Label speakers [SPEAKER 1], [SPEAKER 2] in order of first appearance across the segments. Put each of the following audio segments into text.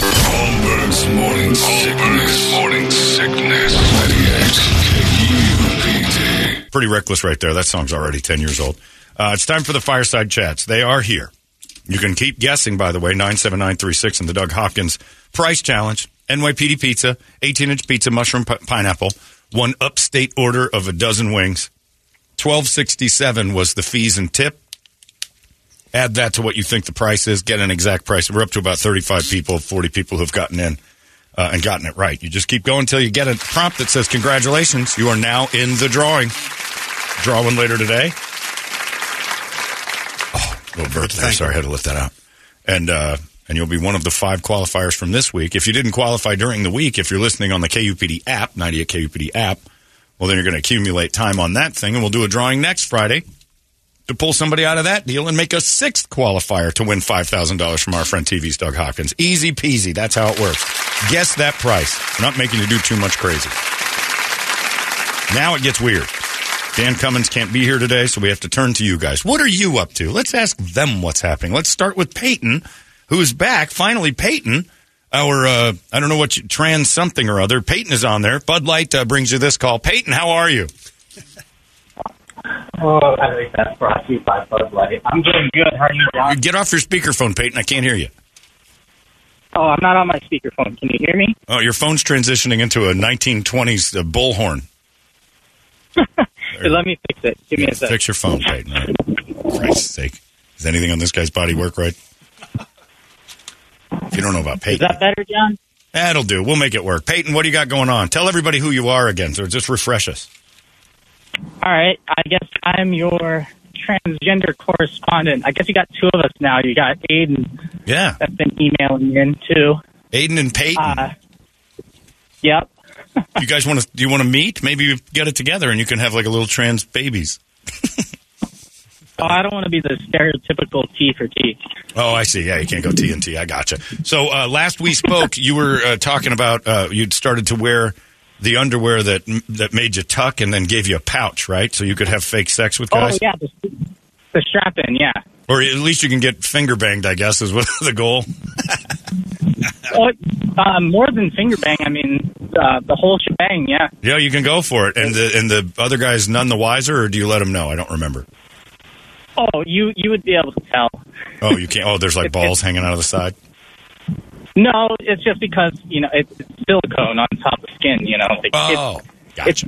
[SPEAKER 1] Holmberg's morning sickness. Morning sickness. 98 KUPD.
[SPEAKER 2] Pretty reckless right there. That song's already 10 years old. Uh, it's time for the fireside chats. They are here. You can keep guessing, by the way, 97936 and the Doug Hopkins Price Challenge, NYPD Pizza, 18 inch pizza, mushroom pi- pineapple, one upstate order of a dozen wings. 1267 was the fees and tip. Add that to what you think the price is, get an exact price. We're up to about 35 people, 40 people who've gotten in uh, and gotten it right. You just keep going until you get a prompt that says, Congratulations, you are now in the drawing draw one later today. Oh, a little birthday. I'm sorry, I had to lift that out. And uh, and you'll be one of the five qualifiers from this week. If you didn't qualify during the week, if you're listening on the KUPD app, 98 KUPD app, well, then you're going to accumulate time on that thing, and we'll do a drawing next Friday to pull somebody out of that deal and make a sixth qualifier to win $5,000 from our friend TV's Doug Hopkins. Easy peasy. That's how it works. Guess that price. We're not making you do too much crazy. Now it gets weird. Dan Cummins can't be here today, so we have to turn to you guys. What are you up to? Let's ask them what's happening. Let's start with Peyton, who is back. Finally, Peyton, our, uh, I don't know what, you, trans something or other. Peyton is on there. Bud Light uh, brings you this call. Peyton, how are you?
[SPEAKER 3] Oh, I think that's brought to you by Bud Light. I'm doing good. How are you
[SPEAKER 2] You
[SPEAKER 3] doing?
[SPEAKER 2] Get off your speakerphone, Peyton. I can't hear you.
[SPEAKER 3] Oh, I'm not on my speakerphone. Can you hear me?
[SPEAKER 2] Oh, your phone's transitioning into a 1920s uh, bullhorn.
[SPEAKER 3] Here, let me fix it. Give me a sec.
[SPEAKER 2] Fix your phone, Peyton. All right. Christ's sake. Is anything on this guy's body work right? If you don't know about
[SPEAKER 3] Is
[SPEAKER 2] Peyton.
[SPEAKER 3] that better, John?
[SPEAKER 2] That'll do. We'll make it work. Peyton, what do you got going on? Tell everybody who you are again, so just refresh us.
[SPEAKER 3] All right. I guess I'm your transgender correspondent. I guess you got two of us now. You got Aiden
[SPEAKER 2] Yeah.
[SPEAKER 3] that's been emailing in too.
[SPEAKER 2] Aiden and Peyton.
[SPEAKER 3] Uh, yep.
[SPEAKER 2] you guys want to? Do you want to meet? Maybe you get it together and you can have like a little trans babies.
[SPEAKER 3] Oh, I don't want to be the stereotypical T for T.
[SPEAKER 2] Oh, I see. Yeah, you can't go TNT. I gotcha. So uh, last we spoke, you were uh, talking about uh, you'd started to wear the underwear that that made you tuck and then gave you a pouch, right? So you could have fake sex with guys,
[SPEAKER 3] Oh yeah, the, the strap in. Yeah.
[SPEAKER 2] or at least you can get finger banged. I guess is what the goal.
[SPEAKER 3] Oh, uh, more than finger bang. I mean, uh, the whole shebang. Yeah.
[SPEAKER 2] Yeah, you can go for it, and the and the other guy's none the wiser, or do you let him know? I don't remember.
[SPEAKER 3] Oh, you you would be able to tell.
[SPEAKER 2] Oh, you can't. Oh, there's like balls hanging out of the side.
[SPEAKER 3] No, it's just because you know it's silicone on top of skin. You know, Like,
[SPEAKER 2] Oh,
[SPEAKER 3] it's,
[SPEAKER 2] gotcha.
[SPEAKER 3] it's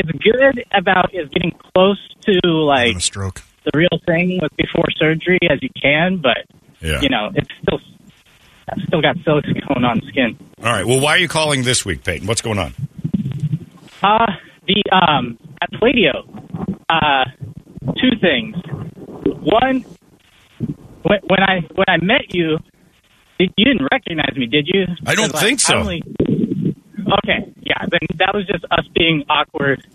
[SPEAKER 3] it's good about is getting close to like
[SPEAKER 4] a stroke.
[SPEAKER 3] the real thing with before surgery as you can, but
[SPEAKER 2] Yeah.
[SPEAKER 3] you know it's still it's still got silicone on skin.
[SPEAKER 2] All right. Well, why are you calling this week, Peyton? What's going on?
[SPEAKER 3] Uh the um at Palladio, uh, two things. One, when, when I when I met you, did, you didn't recognize me, did you?
[SPEAKER 2] I don't
[SPEAKER 3] Because,
[SPEAKER 2] think so.
[SPEAKER 3] only- okay, yeah, then that was just us being awkward.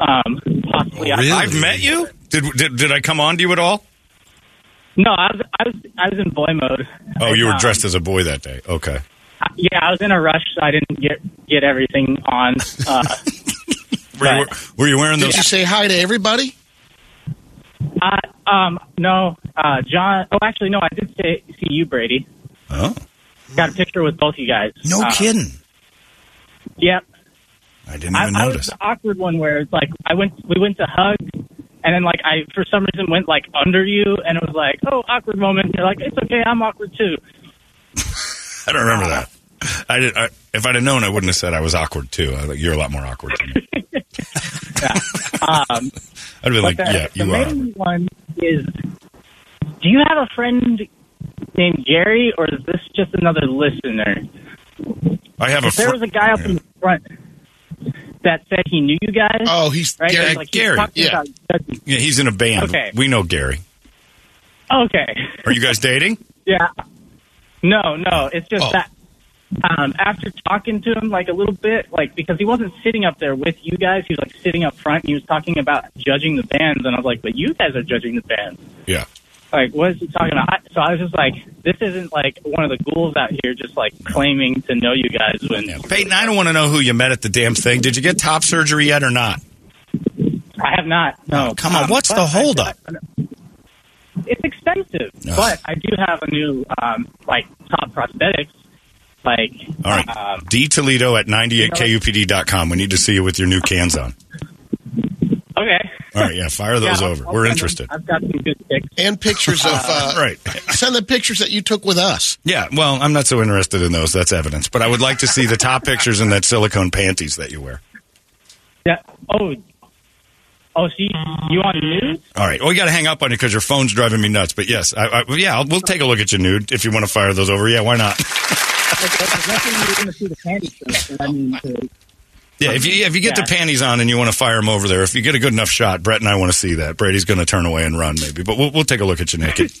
[SPEAKER 3] Um, possibly.
[SPEAKER 4] Oh, really?
[SPEAKER 3] I,
[SPEAKER 2] I've met you. Did, did did I come on to you at all?
[SPEAKER 3] no, I was I was I was in boy mode.
[SPEAKER 2] Oh, you were
[SPEAKER 3] Um,
[SPEAKER 2] dressed as a boy that day. Okay.
[SPEAKER 3] Yeah, I was in a rush, so I didn't get get everything on. Uh,
[SPEAKER 2] Were you, were you wearing
[SPEAKER 4] Did you
[SPEAKER 2] those?
[SPEAKER 4] say hi to everybody?
[SPEAKER 3] I, um, no, uh, John. Oh, actually, no, I did say, see you, Brady.
[SPEAKER 2] Oh,
[SPEAKER 3] Got a picture with both you guys.
[SPEAKER 2] no
[SPEAKER 3] Uh,
[SPEAKER 2] kidding.
[SPEAKER 3] Yep.
[SPEAKER 2] I didn't
[SPEAKER 3] I,
[SPEAKER 2] even
[SPEAKER 3] I was
[SPEAKER 2] notice.
[SPEAKER 3] the awkward one where it's like I went, we went to hug, and then like I for some reason went like under you, and it was like, oh, awkward moment. You're like, it's okay, I'm awkward too.
[SPEAKER 2] I don't remember that. I did. I, if I'd have known, I wouldn't have said I was awkward too. I, think you're a lot more awkward than me.
[SPEAKER 3] Um,
[SPEAKER 2] I'd be like,
[SPEAKER 3] but the,
[SPEAKER 2] yeah,
[SPEAKER 3] the
[SPEAKER 2] you are.
[SPEAKER 3] main one is do you have a friend named Gary, or is this just another listener?
[SPEAKER 2] I have a
[SPEAKER 3] If there
[SPEAKER 2] fr-
[SPEAKER 3] was a guy up in front that said he knew you guys.
[SPEAKER 4] Oh, he's
[SPEAKER 3] right?
[SPEAKER 4] Gary-
[SPEAKER 3] It was like he's
[SPEAKER 4] Gary,
[SPEAKER 3] talking
[SPEAKER 4] yeah.
[SPEAKER 3] about Justin.
[SPEAKER 2] yeah, he's in a band.
[SPEAKER 3] Okay.
[SPEAKER 2] We know Gary.
[SPEAKER 3] Okay.
[SPEAKER 2] Are you guys dating?
[SPEAKER 3] Yeah. No, no. It's just
[SPEAKER 4] Oh.
[SPEAKER 3] that um, after talking to him like a little bit, like because he wasn't sitting up there with you guys, he was like sitting up front. And he was talking about judging the bands, and I was like, "But you guys are judging the bands."
[SPEAKER 2] Yeah.
[SPEAKER 3] Like, what is he talking about? I, so I was just like, "This isn't like one of the ghouls out here just like claiming to know you guys." When
[SPEAKER 2] Peyton, I don't want to know who you met at the damn thing. Did you get top surgery yet or not?
[SPEAKER 3] I have not. No.
[SPEAKER 2] Oh, come on.
[SPEAKER 3] Um,
[SPEAKER 2] What's
[SPEAKER 3] but
[SPEAKER 2] the
[SPEAKER 3] I-
[SPEAKER 2] holdup?
[SPEAKER 3] It's expensive,
[SPEAKER 2] Ugh.
[SPEAKER 3] but I do have a new um, like top prosthetics. Like,
[SPEAKER 2] All right.
[SPEAKER 3] um,
[SPEAKER 2] D Toledo at 98kupd.com. We need to see you with your new cans on.
[SPEAKER 3] okay.
[SPEAKER 2] All right. Yeah. Fire those
[SPEAKER 3] Yeah,
[SPEAKER 2] over.
[SPEAKER 3] I'll-
[SPEAKER 2] We're
[SPEAKER 3] I'll-
[SPEAKER 2] interested.
[SPEAKER 3] I've got some good picks.
[SPEAKER 4] and pictures of uh,
[SPEAKER 2] Right.
[SPEAKER 4] send the pictures that you took with us.
[SPEAKER 2] Yeah. Well, I'm not so interested in those. That's evidence. But I would like to see the top pictures in that silicone panties that you wear.
[SPEAKER 3] Yeah. Oh. Oh, see, you want news?
[SPEAKER 2] All right. Well, we got to hang up on you because your phone's driving me nuts. But yes, I, I, yeah, I'll, we'll take a look at you nude if you want to fire those over. Yeah, why not?
[SPEAKER 3] Like, there's nothing you're going to see the candy show. I mean, to-
[SPEAKER 2] Yeah, if you if you get
[SPEAKER 3] Yeah.
[SPEAKER 2] the panties on and you want to fire them over there, if you get a good enough shot, Brett and I want to see that. Brady's going to turn away and run, maybe. But we'll, we'll take a look at you naked.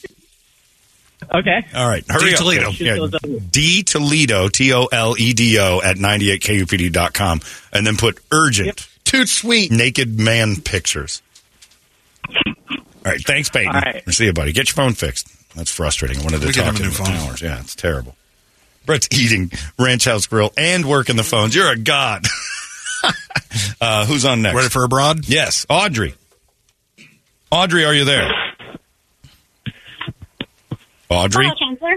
[SPEAKER 3] okay.
[SPEAKER 2] All right, hurry
[SPEAKER 5] D
[SPEAKER 2] up.
[SPEAKER 5] Toledo.
[SPEAKER 2] Yeah.
[SPEAKER 3] Shoot those up.
[SPEAKER 2] D Toledo, T O L E D O at 98kupd.com, and then put urgent
[SPEAKER 4] Too sweet.
[SPEAKER 2] naked man pictures. All right, thanks, Peyton.
[SPEAKER 3] All right.
[SPEAKER 2] See you, buddy. Get your phone fixed. That's frustrating. I wanted to
[SPEAKER 5] We get him
[SPEAKER 2] talk
[SPEAKER 5] a
[SPEAKER 2] to
[SPEAKER 5] new
[SPEAKER 2] him for
[SPEAKER 5] phone.
[SPEAKER 2] hours. Yeah, it's terrible. Brett's eating Ranch House Grill and working the phones. You're a god. uh, who's on next?
[SPEAKER 5] Ready for abroad?
[SPEAKER 2] Yes, Audrey. Audrey, are you there? Audrey?
[SPEAKER 6] Hello, Chancellor.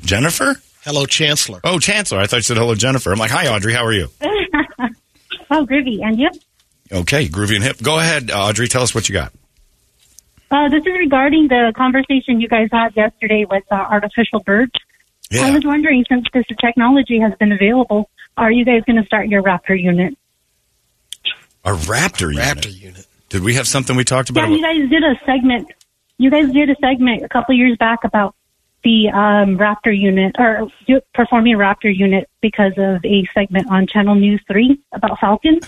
[SPEAKER 2] Jennifer?
[SPEAKER 4] Hello, Chancellor.
[SPEAKER 2] Oh, Chancellor. I thought you said hello, Jennifer. I'm like, hi, Audrey. How are you?
[SPEAKER 6] Oh, groovy. And yep.
[SPEAKER 2] Okay, groovy and hip. Go ahead, Audrey. Tell us what you got.
[SPEAKER 6] Uh, this is regarding the conversation you guys had yesterday with uh, artificial birds. I was wondering, since this technology has been available, are you guys going to start your Raptor unit?
[SPEAKER 2] A raptor.
[SPEAKER 4] Raptor
[SPEAKER 2] Unit.
[SPEAKER 4] unit.
[SPEAKER 2] Did we have something we talked about?
[SPEAKER 6] yeah, you guys did a segment. You guys did a segment a couple years back about the um, Raptor unit or do- performing a Raptor unit because of a segment on Channel News 3 about falcons.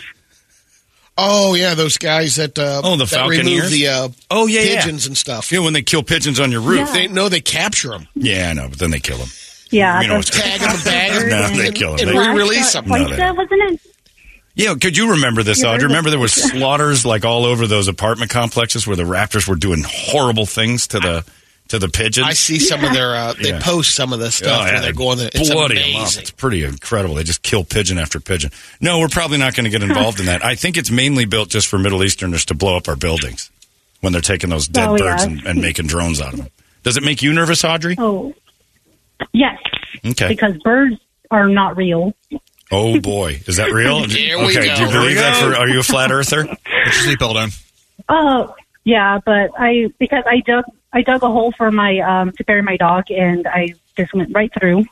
[SPEAKER 4] Oh yeah, those guys that uh,
[SPEAKER 2] Oh, the
[SPEAKER 4] that
[SPEAKER 2] falcon
[SPEAKER 4] remove
[SPEAKER 2] ears?
[SPEAKER 4] the uh,
[SPEAKER 2] Oh, yeah, yeah.
[SPEAKER 4] pigeons and stuff.
[SPEAKER 2] You know, when they kill pigeons on your roof.
[SPEAKER 6] Yeah.
[SPEAKER 4] They no, they capture them,
[SPEAKER 2] Yeah, I know, but then they kill them.
[SPEAKER 6] Yeah.
[SPEAKER 2] You know,
[SPEAKER 6] those-
[SPEAKER 2] it's-
[SPEAKER 4] tag them, bag
[SPEAKER 2] No,
[SPEAKER 4] them,
[SPEAKER 2] they kill 'em.
[SPEAKER 4] and
[SPEAKER 2] They-
[SPEAKER 4] re-release them.
[SPEAKER 2] No, they
[SPEAKER 6] Poinsettia,
[SPEAKER 2] don't.
[SPEAKER 6] wasn't it?
[SPEAKER 2] Yeah, could you remember this,
[SPEAKER 6] Yeah,
[SPEAKER 2] Audrey?
[SPEAKER 6] there's a-
[SPEAKER 2] Remember there were slaughters like all over those apartment complexes where the raptors were doing horrible things to the to the pigeons.
[SPEAKER 4] I see some of their. Uh, they
[SPEAKER 2] Yeah. Oh,
[SPEAKER 4] post some of the stuff where they're going. There. It's
[SPEAKER 2] bloody 'em up.
[SPEAKER 4] amazing.
[SPEAKER 2] It's pretty incredible. They just kill pigeon after pigeon. No, we're probably not going to get involved in that. I think it's mainly built just for Middle Easterners to blow up our buildings when they're taking those dead
[SPEAKER 6] Oh, yeah.
[SPEAKER 2] birds and, and making drones out of them. Does it make you nervous, Audrey?
[SPEAKER 6] Oh. Yes.
[SPEAKER 2] Okay.
[SPEAKER 6] Because birds are not real.
[SPEAKER 2] Oh boy, is that real?
[SPEAKER 4] Here we
[SPEAKER 2] okay.
[SPEAKER 4] go.
[SPEAKER 2] Do you
[SPEAKER 4] Here
[SPEAKER 2] believe
[SPEAKER 5] we
[SPEAKER 2] that?
[SPEAKER 5] go.
[SPEAKER 2] For, are you a flat earther?
[SPEAKER 5] Put your seatbelt on.
[SPEAKER 6] Oh, yeah, but I because I dug I dug a hole for my um to bury my dog, and I just went right through.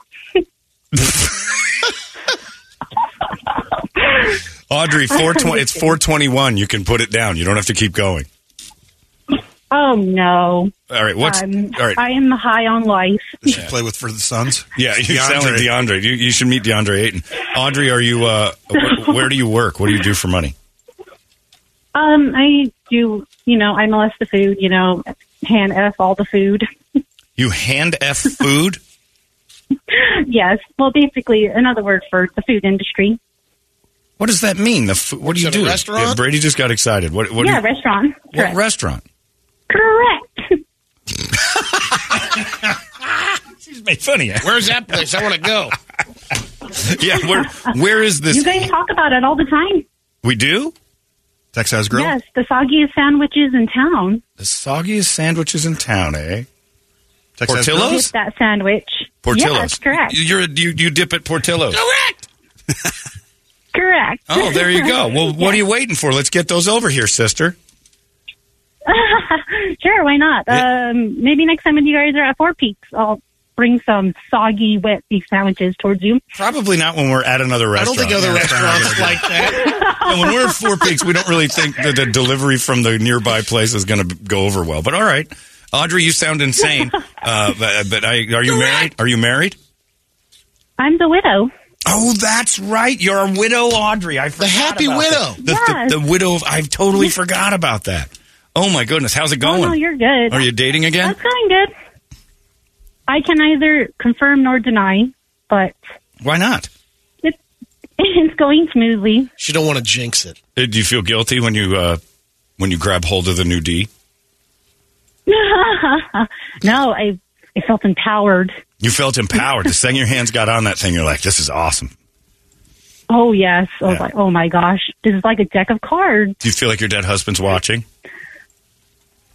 [SPEAKER 2] Audrey, four twenty. It's four twenty-one. You can put it down. You don't have to keep going.
[SPEAKER 6] Oh no!
[SPEAKER 2] All right. What's
[SPEAKER 6] I'm,
[SPEAKER 2] all right?
[SPEAKER 6] I am high on life.
[SPEAKER 5] She play with for the Suns.
[SPEAKER 2] yeah, you sound like
[SPEAKER 5] DeAndre.
[SPEAKER 2] DeAndre. You, you should meet DeAndre Ayton. Audrey, are you? Uh, wh- where do you work? What do you do for money?
[SPEAKER 6] Um, I do. You know, I molest the food. You know, hand f all the food.
[SPEAKER 2] You hand f food.
[SPEAKER 6] yes. Well, basically, another word for the food industry.
[SPEAKER 2] What does that mean? The food, what do you
[SPEAKER 4] Is it a
[SPEAKER 2] do?
[SPEAKER 4] restaurant?
[SPEAKER 2] Yeah, Brady just got excited. What? what
[SPEAKER 6] yeah,
[SPEAKER 2] do you,
[SPEAKER 6] restaurant.
[SPEAKER 2] what
[SPEAKER 6] Correct.
[SPEAKER 2] restaurant?
[SPEAKER 6] Correct.
[SPEAKER 2] She's made funny.
[SPEAKER 4] Where's that place? I want to go.
[SPEAKER 2] yeah. Where? Where is this?
[SPEAKER 6] you guys talk about it all the time.
[SPEAKER 2] we do
[SPEAKER 5] Texas Grill.
[SPEAKER 6] Yes, the soggiest sandwiches in town.
[SPEAKER 2] the soggiest sandwiches in town, eh?
[SPEAKER 5] Texas Grill.
[SPEAKER 2] Portillo's?
[SPEAKER 6] Get that sandwich.
[SPEAKER 2] Portillo's.
[SPEAKER 6] Yes, correct.
[SPEAKER 2] You- You're you, you dip at Portillo's.
[SPEAKER 6] Correct.
[SPEAKER 2] Oh, there you go. Well, what are you waiting for? Let's get those over here, sister.
[SPEAKER 6] sure, why not? Um, maybe next time when you guys are at Four Peaks, I'll bring some soggy wet beef sandwiches towards you.
[SPEAKER 2] Probably not when we're at another
[SPEAKER 4] I
[SPEAKER 2] restaurant.
[SPEAKER 4] don't think other restaurants like that.
[SPEAKER 2] And when we're at Four Peaks, we don't really think that the delivery from the nearby place is going to go over well. But all right. Audrey, you sound insane. uh, but, but I, are you married? Are you married?
[SPEAKER 6] I'm the widow.
[SPEAKER 2] Oh, that's right. You're a widow, Audrey. I forgot
[SPEAKER 4] happy
[SPEAKER 2] about
[SPEAKER 4] widow.
[SPEAKER 2] that. The,
[SPEAKER 6] Yes.
[SPEAKER 2] the, the widow. Of, I've totally forgot about that. Oh my goodness, how's it going?
[SPEAKER 6] Oh, no, you're good.
[SPEAKER 2] Are you dating again?
[SPEAKER 6] That's going good. I can neither confirm nor deny, but
[SPEAKER 2] Why not?
[SPEAKER 6] it's it's going smoothly.
[SPEAKER 4] She don't want to jinx it.
[SPEAKER 2] Uh, Do you feel guilty when you uh, when you grab hold of the new D?
[SPEAKER 6] no, I I felt empowered.
[SPEAKER 2] You felt empowered. the second your hands got on that thing, you're like, "This is awesome."
[SPEAKER 6] Oh yes. I was
[SPEAKER 2] Yeah.
[SPEAKER 6] like, oh my gosh, this is like a deck of cards.
[SPEAKER 2] Do you feel like your dead husband's watching?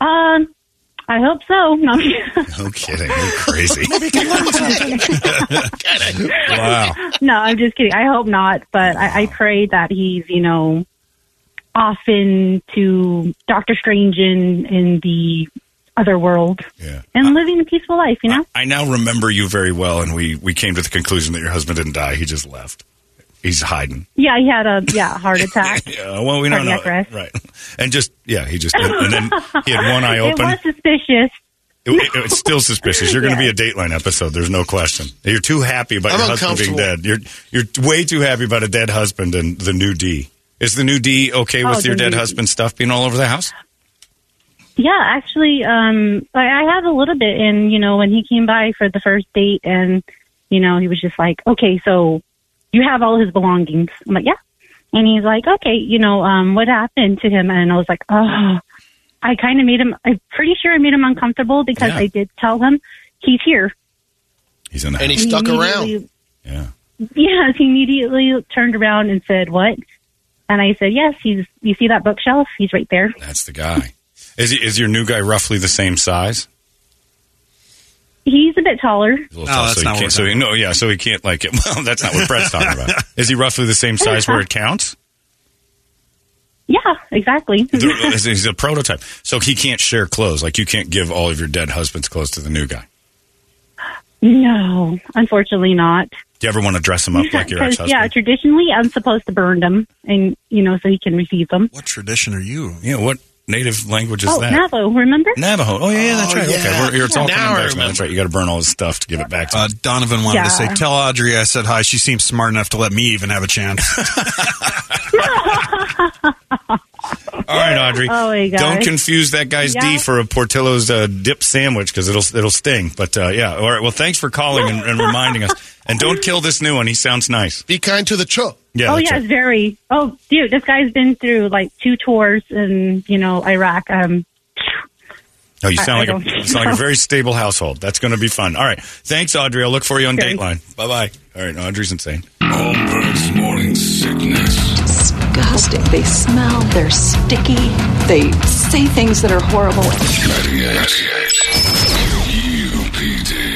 [SPEAKER 6] Um, I hope so. No,
[SPEAKER 2] No kidding. You're crazy. wow.
[SPEAKER 6] no, I'm just kidding. I hope not, but I, I pray that he's you know off into Doctor Strange in in the other world
[SPEAKER 2] Yeah.
[SPEAKER 6] and living a peaceful life. You know.
[SPEAKER 2] I now remember you very well, and we we came to the conclusion that your husband didn't die. He just left. He's hiding.
[SPEAKER 6] Yeah, he had a yeah a heart attack.
[SPEAKER 2] Yeah, well, we don't know.
[SPEAKER 6] Cardiac
[SPEAKER 2] Right.
[SPEAKER 6] arrest.
[SPEAKER 2] And just, yeah, he just, and then he had one eye
[SPEAKER 6] It
[SPEAKER 2] open.
[SPEAKER 6] was suspicious.
[SPEAKER 2] It- it- it's still suspicious. You're going to be a Dateline episode. There's no question. You're too happy about
[SPEAKER 4] I'm
[SPEAKER 2] your husband being dead.
[SPEAKER 4] uncomfortable.
[SPEAKER 2] You're, you're way too happy about a dead husband and the new D. Is the new D okay
[SPEAKER 6] Oh,
[SPEAKER 2] with your
[SPEAKER 6] the
[SPEAKER 2] dead
[SPEAKER 6] new D.
[SPEAKER 2] husband stuff being all over the house?
[SPEAKER 6] Yeah, actually, um, I, I have a little bit. And you know, when he came by for the first date, and you know, he was just like, "Okay, so you have all his belongings." I'm like, "Yeah," and he's like, "Okay, you know, um, what happened to him?" And I was like, "Oh, I kind of made him. I'm pretty sure I made him uncomfortable because
[SPEAKER 2] Yeah.
[SPEAKER 6] I did tell him he's here."
[SPEAKER 2] He's in the
[SPEAKER 4] And he
[SPEAKER 2] house.
[SPEAKER 4] stuck around.
[SPEAKER 6] immediately-
[SPEAKER 2] yeah.
[SPEAKER 6] Yes, he immediately turned around and said, "What?" And I said, "Yes, he's. You see that bookshelf? He's right there."
[SPEAKER 2] That's the guy. Is, he, is your new guy roughly the same size?
[SPEAKER 6] He's a bit taller.
[SPEAKER 2] He's a little
[SPEAKER 5] No,
[SPEAKER 2] tall,
[SPEAKER 5] that's
[SPEAKER 2] so he
[SPEAKER 5] not what
[SPEAKER 2] can't-
[SPEAKER 5] we're
[SPEAKER 2] so he, No, yeah, so he can't like it. Well, that's not what Brett's talking about. Is he roughly the same size where it counts?
[SPEAKER 6] Yeah, exactly.
[SPEAKER 2] There- he's- he's a prototype. So he can't share clothes. Like you can't give all of your dead husband's clothes to the new guy.
[SPEAKER 6] No, unfortunately not.
[SPEAKER 2] Do you ever want to dress him up like your ex
[SPEAKER 6] 'Cause, yeah,
[SPEAKER 2] husband?
[SPEAKER 6] traditionally I'm supposed to burn them, and you know, so he can receive them.
[SPEAKER 5] What tradition are you?
[SPEAKER 2] Yeah. what native language is
[SPEAKER 6] oh,
[SPEAKER 2] that?
[SPEAKER 6] Navajo, remember?
[SPEAKER 2] Navajo. Oh yeah, yeah, that's
[SPEAKER 4] Oh,
[SPEAKER 2] right.
[SPEAKER 4] yeah.
[SPEAKER 2] Okay, We're, here, it's all
[SPEAKER 4] Now
[SPEAKER 2] coming
[SPEAKER 4] I
[SPEAKER 2] back. to me. That's
[SPEAKER 4] remember.
[SPEAKER 2] right. You got to burn all his stuff to give it back to
[SPEAKER 5] Uh,
[SPEAKER 2] him.
[SPEAKER 5] Donovan wanted to say,
[SPEAKER 6] Yeah.
[SPEAKER 5] "Tell Audrey I said hi. She seems smart enough to let me even have a chance."
[SPEAKER 2] all right, Audrey.
[SPEAKER 6] Oh, my gosh.
[SPEAKER 2] Don't confuse that guy's D
[SPEAKER 6] Yeah.
[SPEAKER 2] for a Portillo's uh, dip sandwich because it'll it'll sting. But uh, yeah, all right. Well, thanks for calling and, and reminding us. And don't kill this new one. He sounds nice.
[SPEAKER 4] Be kind to the chump.
[SPEAKER 2] Yeah.
[SPEAKER 6] oh
[SPEAKER 2] that's
[SPEAKER 6] yeah,
[SPEAKER 2] right.
[SPEAKER 6] it's very. Oh, dude, this guy's been through like two tours in you know Iraq. Um,
[SPEAKER 2] Oh, you
[SPEAKER 6] I-
[SPEAKER 2] sound
[SPEAKER 6] I
[SPEAKER 2] like
[SPEAKER 6] don't
[SPEAKER 2] a, you sound like a
[SPEAKER 6] know.
[SPEAKER 2] very stable household. That's going to be fun. All right, thanks, Audrey. I'll look for you on
[SPEAKER 6] Thanks.
[SPEAKER 2] Dateline. Bye bye. All right, Audrey's insane.
[SPEAKER 1] Holmberg's morning sickness.
[SPEAKER 7] disgusting. They smell, they're sticky, they say things that are horrible.
[SPEAKER 1] 98. UPD.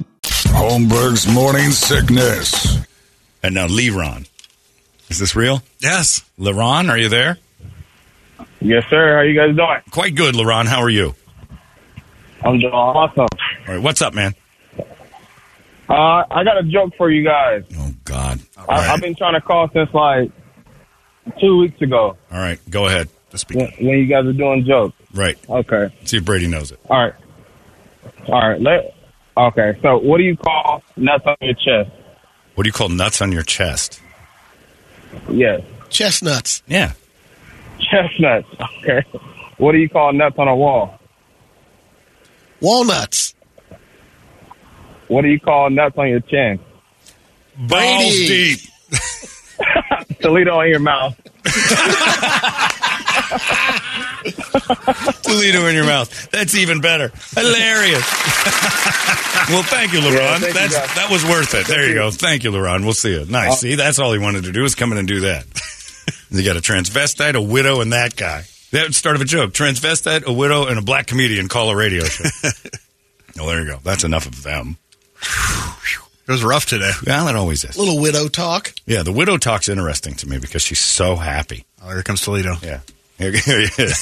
[SPEAKER 1] Holmberg's morning sickness.
[SPEAKER 2] And now Leron, is this real?
[SPEAKER 5] yes.
[SPEAKER 2] Leron, are you there?
[SPEAKER 8] Yes, sir. How you guys doing?
[SPEAKER 2] Quite good, Leron. How are you?
[SPEAKER 8] I'm doing awesome.
[SPEAKER 2] All right, what's up, man?
[SPEAKER 8] Uh, I got a joke for you guys.
[SPEAKER 2] Oh God. All
[SPEAKER 8] I, I've
[SPEAKER 2] right,
[SPEAKER 8] been trying to call since like two weeks ago
[SPEAKER 2] all right. Go ahead. Let's be
[SPEAKER 8] when, when you guys were doing jokes.
[SPEAKER 2] right.
[SPEAKER 8] Okay.
[SPEAKER 2] See if Brady knows it.
[SPEAKER 8] All right. All right. Let. Okay. So, what do you call nuts on your chest?
[SPEAKER 2] What do you call nuts on your chest?
[SPEAKER 8] Yes,
[SPEAKER 4] Chestnuts.
[SPEAKER 2] Yeah,
[SPEAKER 8] chestnuts. Okay. What do you call nuts on a wall?
[SPEAKER 4] Walnuts.
[SPEAKER 8] What do you call nuts on your chin?
[SPEAKER 2] balls deep.
[SPEAKER 8] Toledo on your mouth.
[SPEAKER 2] Toledo in your mouth. That's even better. Hilarious. well, thank you, LaRon.
[SPEAKER 8] thank you,
[SPEAKER 2] That's
[SPEAKER 8] guys.
[SPEAKER 2] that was worth it. there you go. Thank you, LaRon. We'll see you. Nice. see, that's all he wanted to do was come in and do that. you got a transvestite, a widow, and that guy. That would start of a joke. Transvestite, a widow, and a black comedian call a radio show. well, there you go. That's enough of them. It was rough today. Well, it always is.
[SPEAKER 4] Little widow talk.
[SPEAKER 2] Yeah, the widow talk's interesting to me because she's so happy. Oh, here comes Toledo. Yeah. Here, here he is.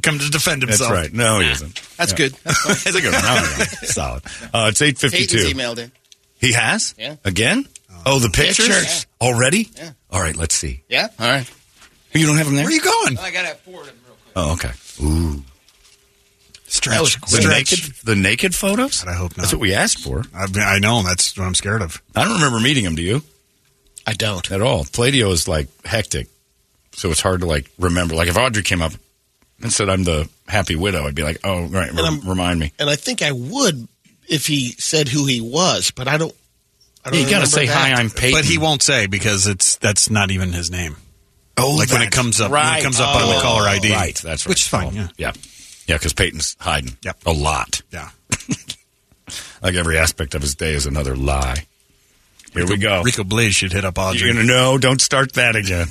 [SPEAKER 5] Come to defend
[SPEAKER 2] That's
[SPEAKER 5] himself.
[SPEAKER 2] right. No, he isn't.
[SPEAKER 9] That's
[SPEAKER 2] Yeah.
[SPEAKER 9] good. That's fine.
[SPEAKER 2] That's a good one. I'll be right. Solid. Uh, it's eight
[SPEAKER 9] Satan's
[SPEAKER 2] fifty-two.
[SPEAKER 9] emailed in.
[SPEAKER 2] He has.
[SPEAKER 9] Yeah.
[SPEAKER 2] Again. Oh, the pictures,
[SPEAKER 9] Pictures.
[SPEAKER 2] already. Yeah. All right. Let's see.
[SPEAKER 9] Yeah. All right.
[SPEAKER 2] You don't have them there.
[SPEAKER 9] I got it. Four.
[SPEAKER 2] Oh, okay. Ooh.
[SPEAKER 5] Stretch.
[SPEAKER 2] The naked, the naked photos? I hope not. That's what we asked for. I, I know. That's what I'm scared of. I don't remember meeting him. Do you? I don't at all. Playdio is like hectic, so it's hard to like remember. Like if Audrey came up and said, "I'm the happy widow," I'd be like, "Oh, right, rem-
[SPEAKER 4] I'm-
[SPEAKER 2] remind me."
[SPEAKER 4] And I think I would if he said who he was, but I don't. I don't remember that.
[SPEAKER 5] But he won't say because it's that's not even his name. Oh, like when it
[SPEAKER 2] that's
[SPEAKER 5] comes up, when
[SPEAKER 2] right.
[SPEAKER 5] it comes up on
[SPEAKER 2] Oh,
[SPEAKER 5] the caller ID,
[SPEAKER 2] right, that's right. Oh,
[SPEAKER 5] Which is fine. yeah.
[SPEAKER 2] Yeah, yeah, because Peyton's hiding. Yep. a lot. Yeah, like every aspect of his day is another lie. Here we go.
[SPEAKER 5] Rico Blaze should hit up Audrey.
[SPEAKER 2] You're gonna know. Don't start that again.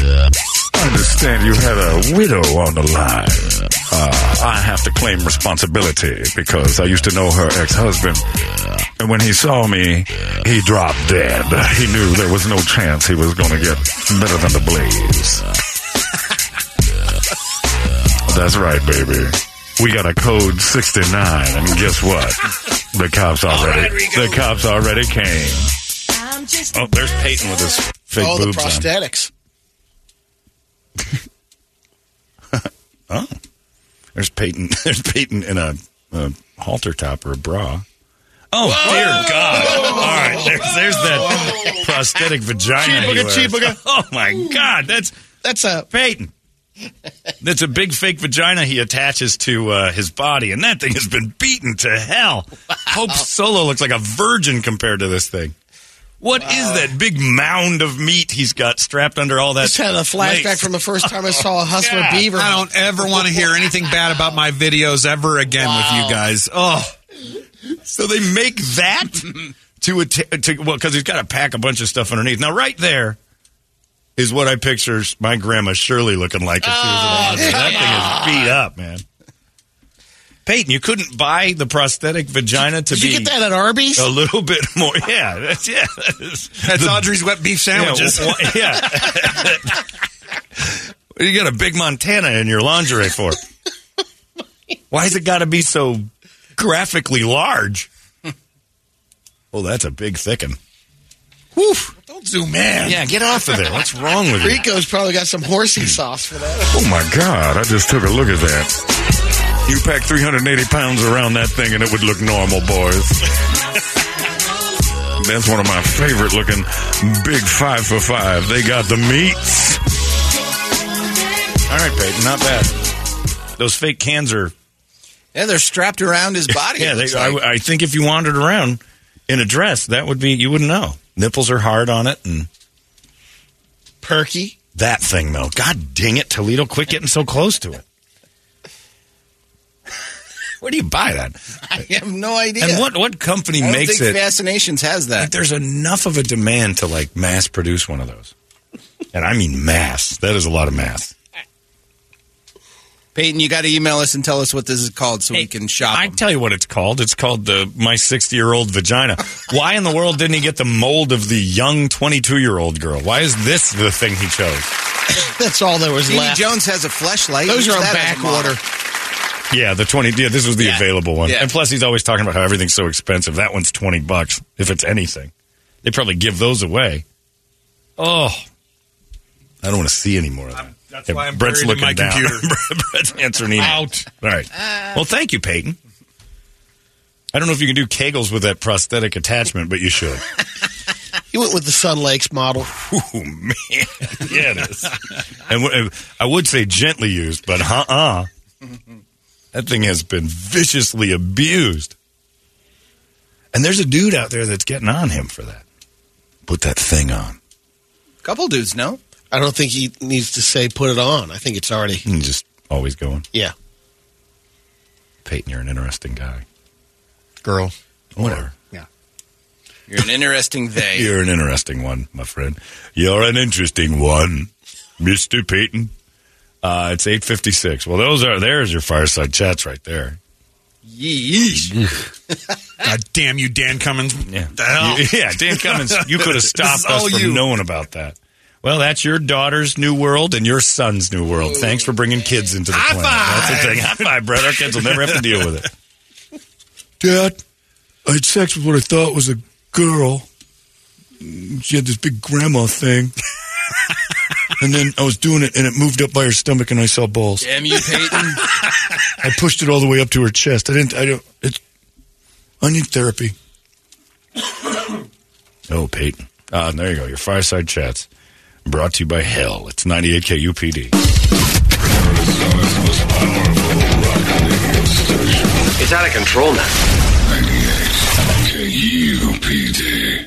[SPEAKER 10] I understand you had a widow on the line. Uh, I have to claim responsibility because I used to know her ex husband. And when he saw me, he dropped dead. He knew there was no chance he was going to get better than the blaze. That's right, baby. We got a code 69, and guess what? The cops already. the cops already came.
[SPEAKER 2] Oh, there's Peyton with his fake
[SPEAKER 4] oh,
[SPEAKER 2] boobs
[SPEAKER 4] the prosthetics.
[SPEAKER 2] on. Oh, there's Peyton. There's Peyton in a, a halter top or a bra. Oh dear God! All right, there's, there's
[SPEAKER 5] Oh.
[SPEAKER 2] that prosthetic vagina. he wears.
[SPEAKER 4] Cheeseburger, cheeseburger.
[SPEAKER 2] Oh my God, that's
[SPEAKER 4] that's a
[SPEAKER 2] Peyton. That's a big fake vagina he attaches to uh, his body, and that thing has been beaten to hell. Hope Solo looks like a virgin compared to this thing. What is that big mound of meat he's got strapped under all that?
[SPEAKER 4] Just had a flashback
[SPEAKER 2] lace?
[SPEAKER 4] from the first time I saw a hustler
[SPEAKER 5] Yeah.
[SPEAKER 4] beaver.
[SPEAKER 5] I don't ever want to hear anything bad about my videos ever again with you guys. Oh,
[SPEAKER 2] So they make that to a to well because he's got to pack a bunch of stuff underneath. Now, right there is what I picture my grandma Shirley looking like. If she
[SPEAKER 4] Oh,
[SPEAKER 2] was an Aussie. That thing is beat up, man. Peyton, you couldn't buy the prosthetic vagina to
[SPEAKER 4] Did
[SPEAKER 2] be
[SPEAKER 4] you get that at Arby's?
[SPEAKER 2] a little bit more. Yeah, that's, yeah.
[SPEAKER 5] that's Audrey's wet beef sandwiches.
[SPEAKER 2] Yeah. wha- yeah. What you got a big Montana in your lingerie for? Why's it got to be so graphically large? Oh, that's a big thicken. Woof. Don't zoom in. Yeah, get off of there. What's wrong with you?
[SPEAKER 4] Rico's probably got some horsey sauce for that.
[SPEAKER 10] Oh my God, I just took a look at that. You pack 380 pounds around that thing and it would look normal, boys. That's one of my favorite looking big five for five. They got the meats.
[SPEAKER 2] All right, Peyton, not bad. Those fake cans are.
[SPEAKER 9] Yeah, they're strapped around his body.
[SPEAKER 2] yeah,
[SPEAKER 9] it
[SPEAKER 2] they,
[SPEAKER 9] looks like.
[SPEAKER 2] I, I think if you wandered around in a dress, that would be. You wouldn't know. Nipples are hard on it, and
[SPEAKER 4] Perky.
[SPEAKER 2] that thing though. God dang it, Toledo! Quit getting so close to it. Where do you buy that?
[SPEAKER 9] I have no idea.
[SPEAKER 2] And what what company
[SPEAKER 9] I don't
[SPEAKER 2] makes
[SPEAKER 9] think
[SPEAKER 2] it?
[SPEAKER 9] Fascinations has that.
[SPEAKER 2] Like, there's enough of a demand to like mass produce one of those, and I mean mass. That is a lot of mass.
[SPEAKER 9] Peyton, you got to email us and tell us what this is called so we can shop.
[SPEAKER 2] I tell you what it's called. It's called the my 60 year old vagina. Why in the world didn't he get the mold of the young 22 year old girl? Why is this the thing he chose?
[SPEAKER 4] That's all there was
[SPEAKER 9] Stevie
[SPEAKER 4] left.
[SPEAKER 9] Jones has a fleshlight.
[SPEAKER 4] Those
[SPEAKER 9] Use
[SPEAKER 4] are on
[SPEAKER 9] that as a model.
[SPEAKER 4] backorder.
[SPEAKER 2] Yeah, the 20. Yeah, this was the
[SPEAKER 9] Yeah.
[SPEAKER 2] available one.
[SPEAKER 9] Yeah.
[SPEAKER 2] And plus, he's always talking about how everything's so expensive. That one's 20 bucks, if it's anything. They probably give those away. Oh. I don't want to see any more of that.
[SPEAKER 5] That's
[SPEAKER 2] Yeah,
[SPEAKER 5] why I'm buried
[SPEAKER 2] Brett's
[SPEAKER 5] in
[SPEAKER 2] looking
[SPEAKER 5] my
[SPEAKER 2] down.
[SPEAKER 5] computer.
[SPEAKER 2] Brett's answering email. Out. All right. well, thank you, Peyton. I don't know if you can do kegels with that prosthetic attachment, but you should.
[SPEAKER 4] He went with the Sun Lakes model.
[SPEAKER 2] Ooh, man. Yeah, it is. and w- I would say gently used, but uh uh That thing has been viciously abused. And there's a dude out there that's getting on him for that. Put that thing on.
[SPEAKER 9] Couple dudes, no.
[SPEAKER 4] I don't think he needs to say put it on. I think it's already.
[SPEAKER 2] And just always going.
[SPEAKER 4] Yeah.
[SPEAKER 2] Peyton, you're an interesting guy.
[SPEAKER 4] Girl.
[SPEAKER 2] Whatever.
[SPEAKER 9] You're an interesting they.
[SPEAKER 2] You're an interesting one, my friend. You're an interesting one, Mr. Peyton. Uh, it's 856. Well, those are, there's your fireside chats right there.
[SPEAKER 11] God damn you, Dan Cummins.
[SPEAKER 2] Yeah.
[SPEAKER 11] The hell?
[SPEAKER 2] Yeah, Dan Cummins, you could have
[SPEAKER 11] This is
[SPEAKER 2] stopped
[SPEAKER 11] all
[SPEAKER 2] us from
[SPEAKER 11] you.
[SPEAKER 2] knowing about that. Well, that's your daughter's new world and your son's new world. Thanks for bringing kids into the
[SPEAKER 11] High
[SPEAKER 2] planet. That's the thing. High five, Brett. Our kids will never have to deal with it.
[SPEAKER 10] Dad, I had sex with what I thought was a girl. She had this big grandma thing. and then I was doing it, and it moved up by her stomach, and I saw balls.
[SPEAKER 4] Damn you, Peyton.
[SPEAKER 10] I pushed it all the way up to her chest. I didn't. I don't. It's. I need therapy.
[SPEAKER 2] Oh, Peyton. Uh, there you go. Your fireside chats brought to you by Hell. It's 98 KUPD.
[SPEAKER 12] It's out of control now.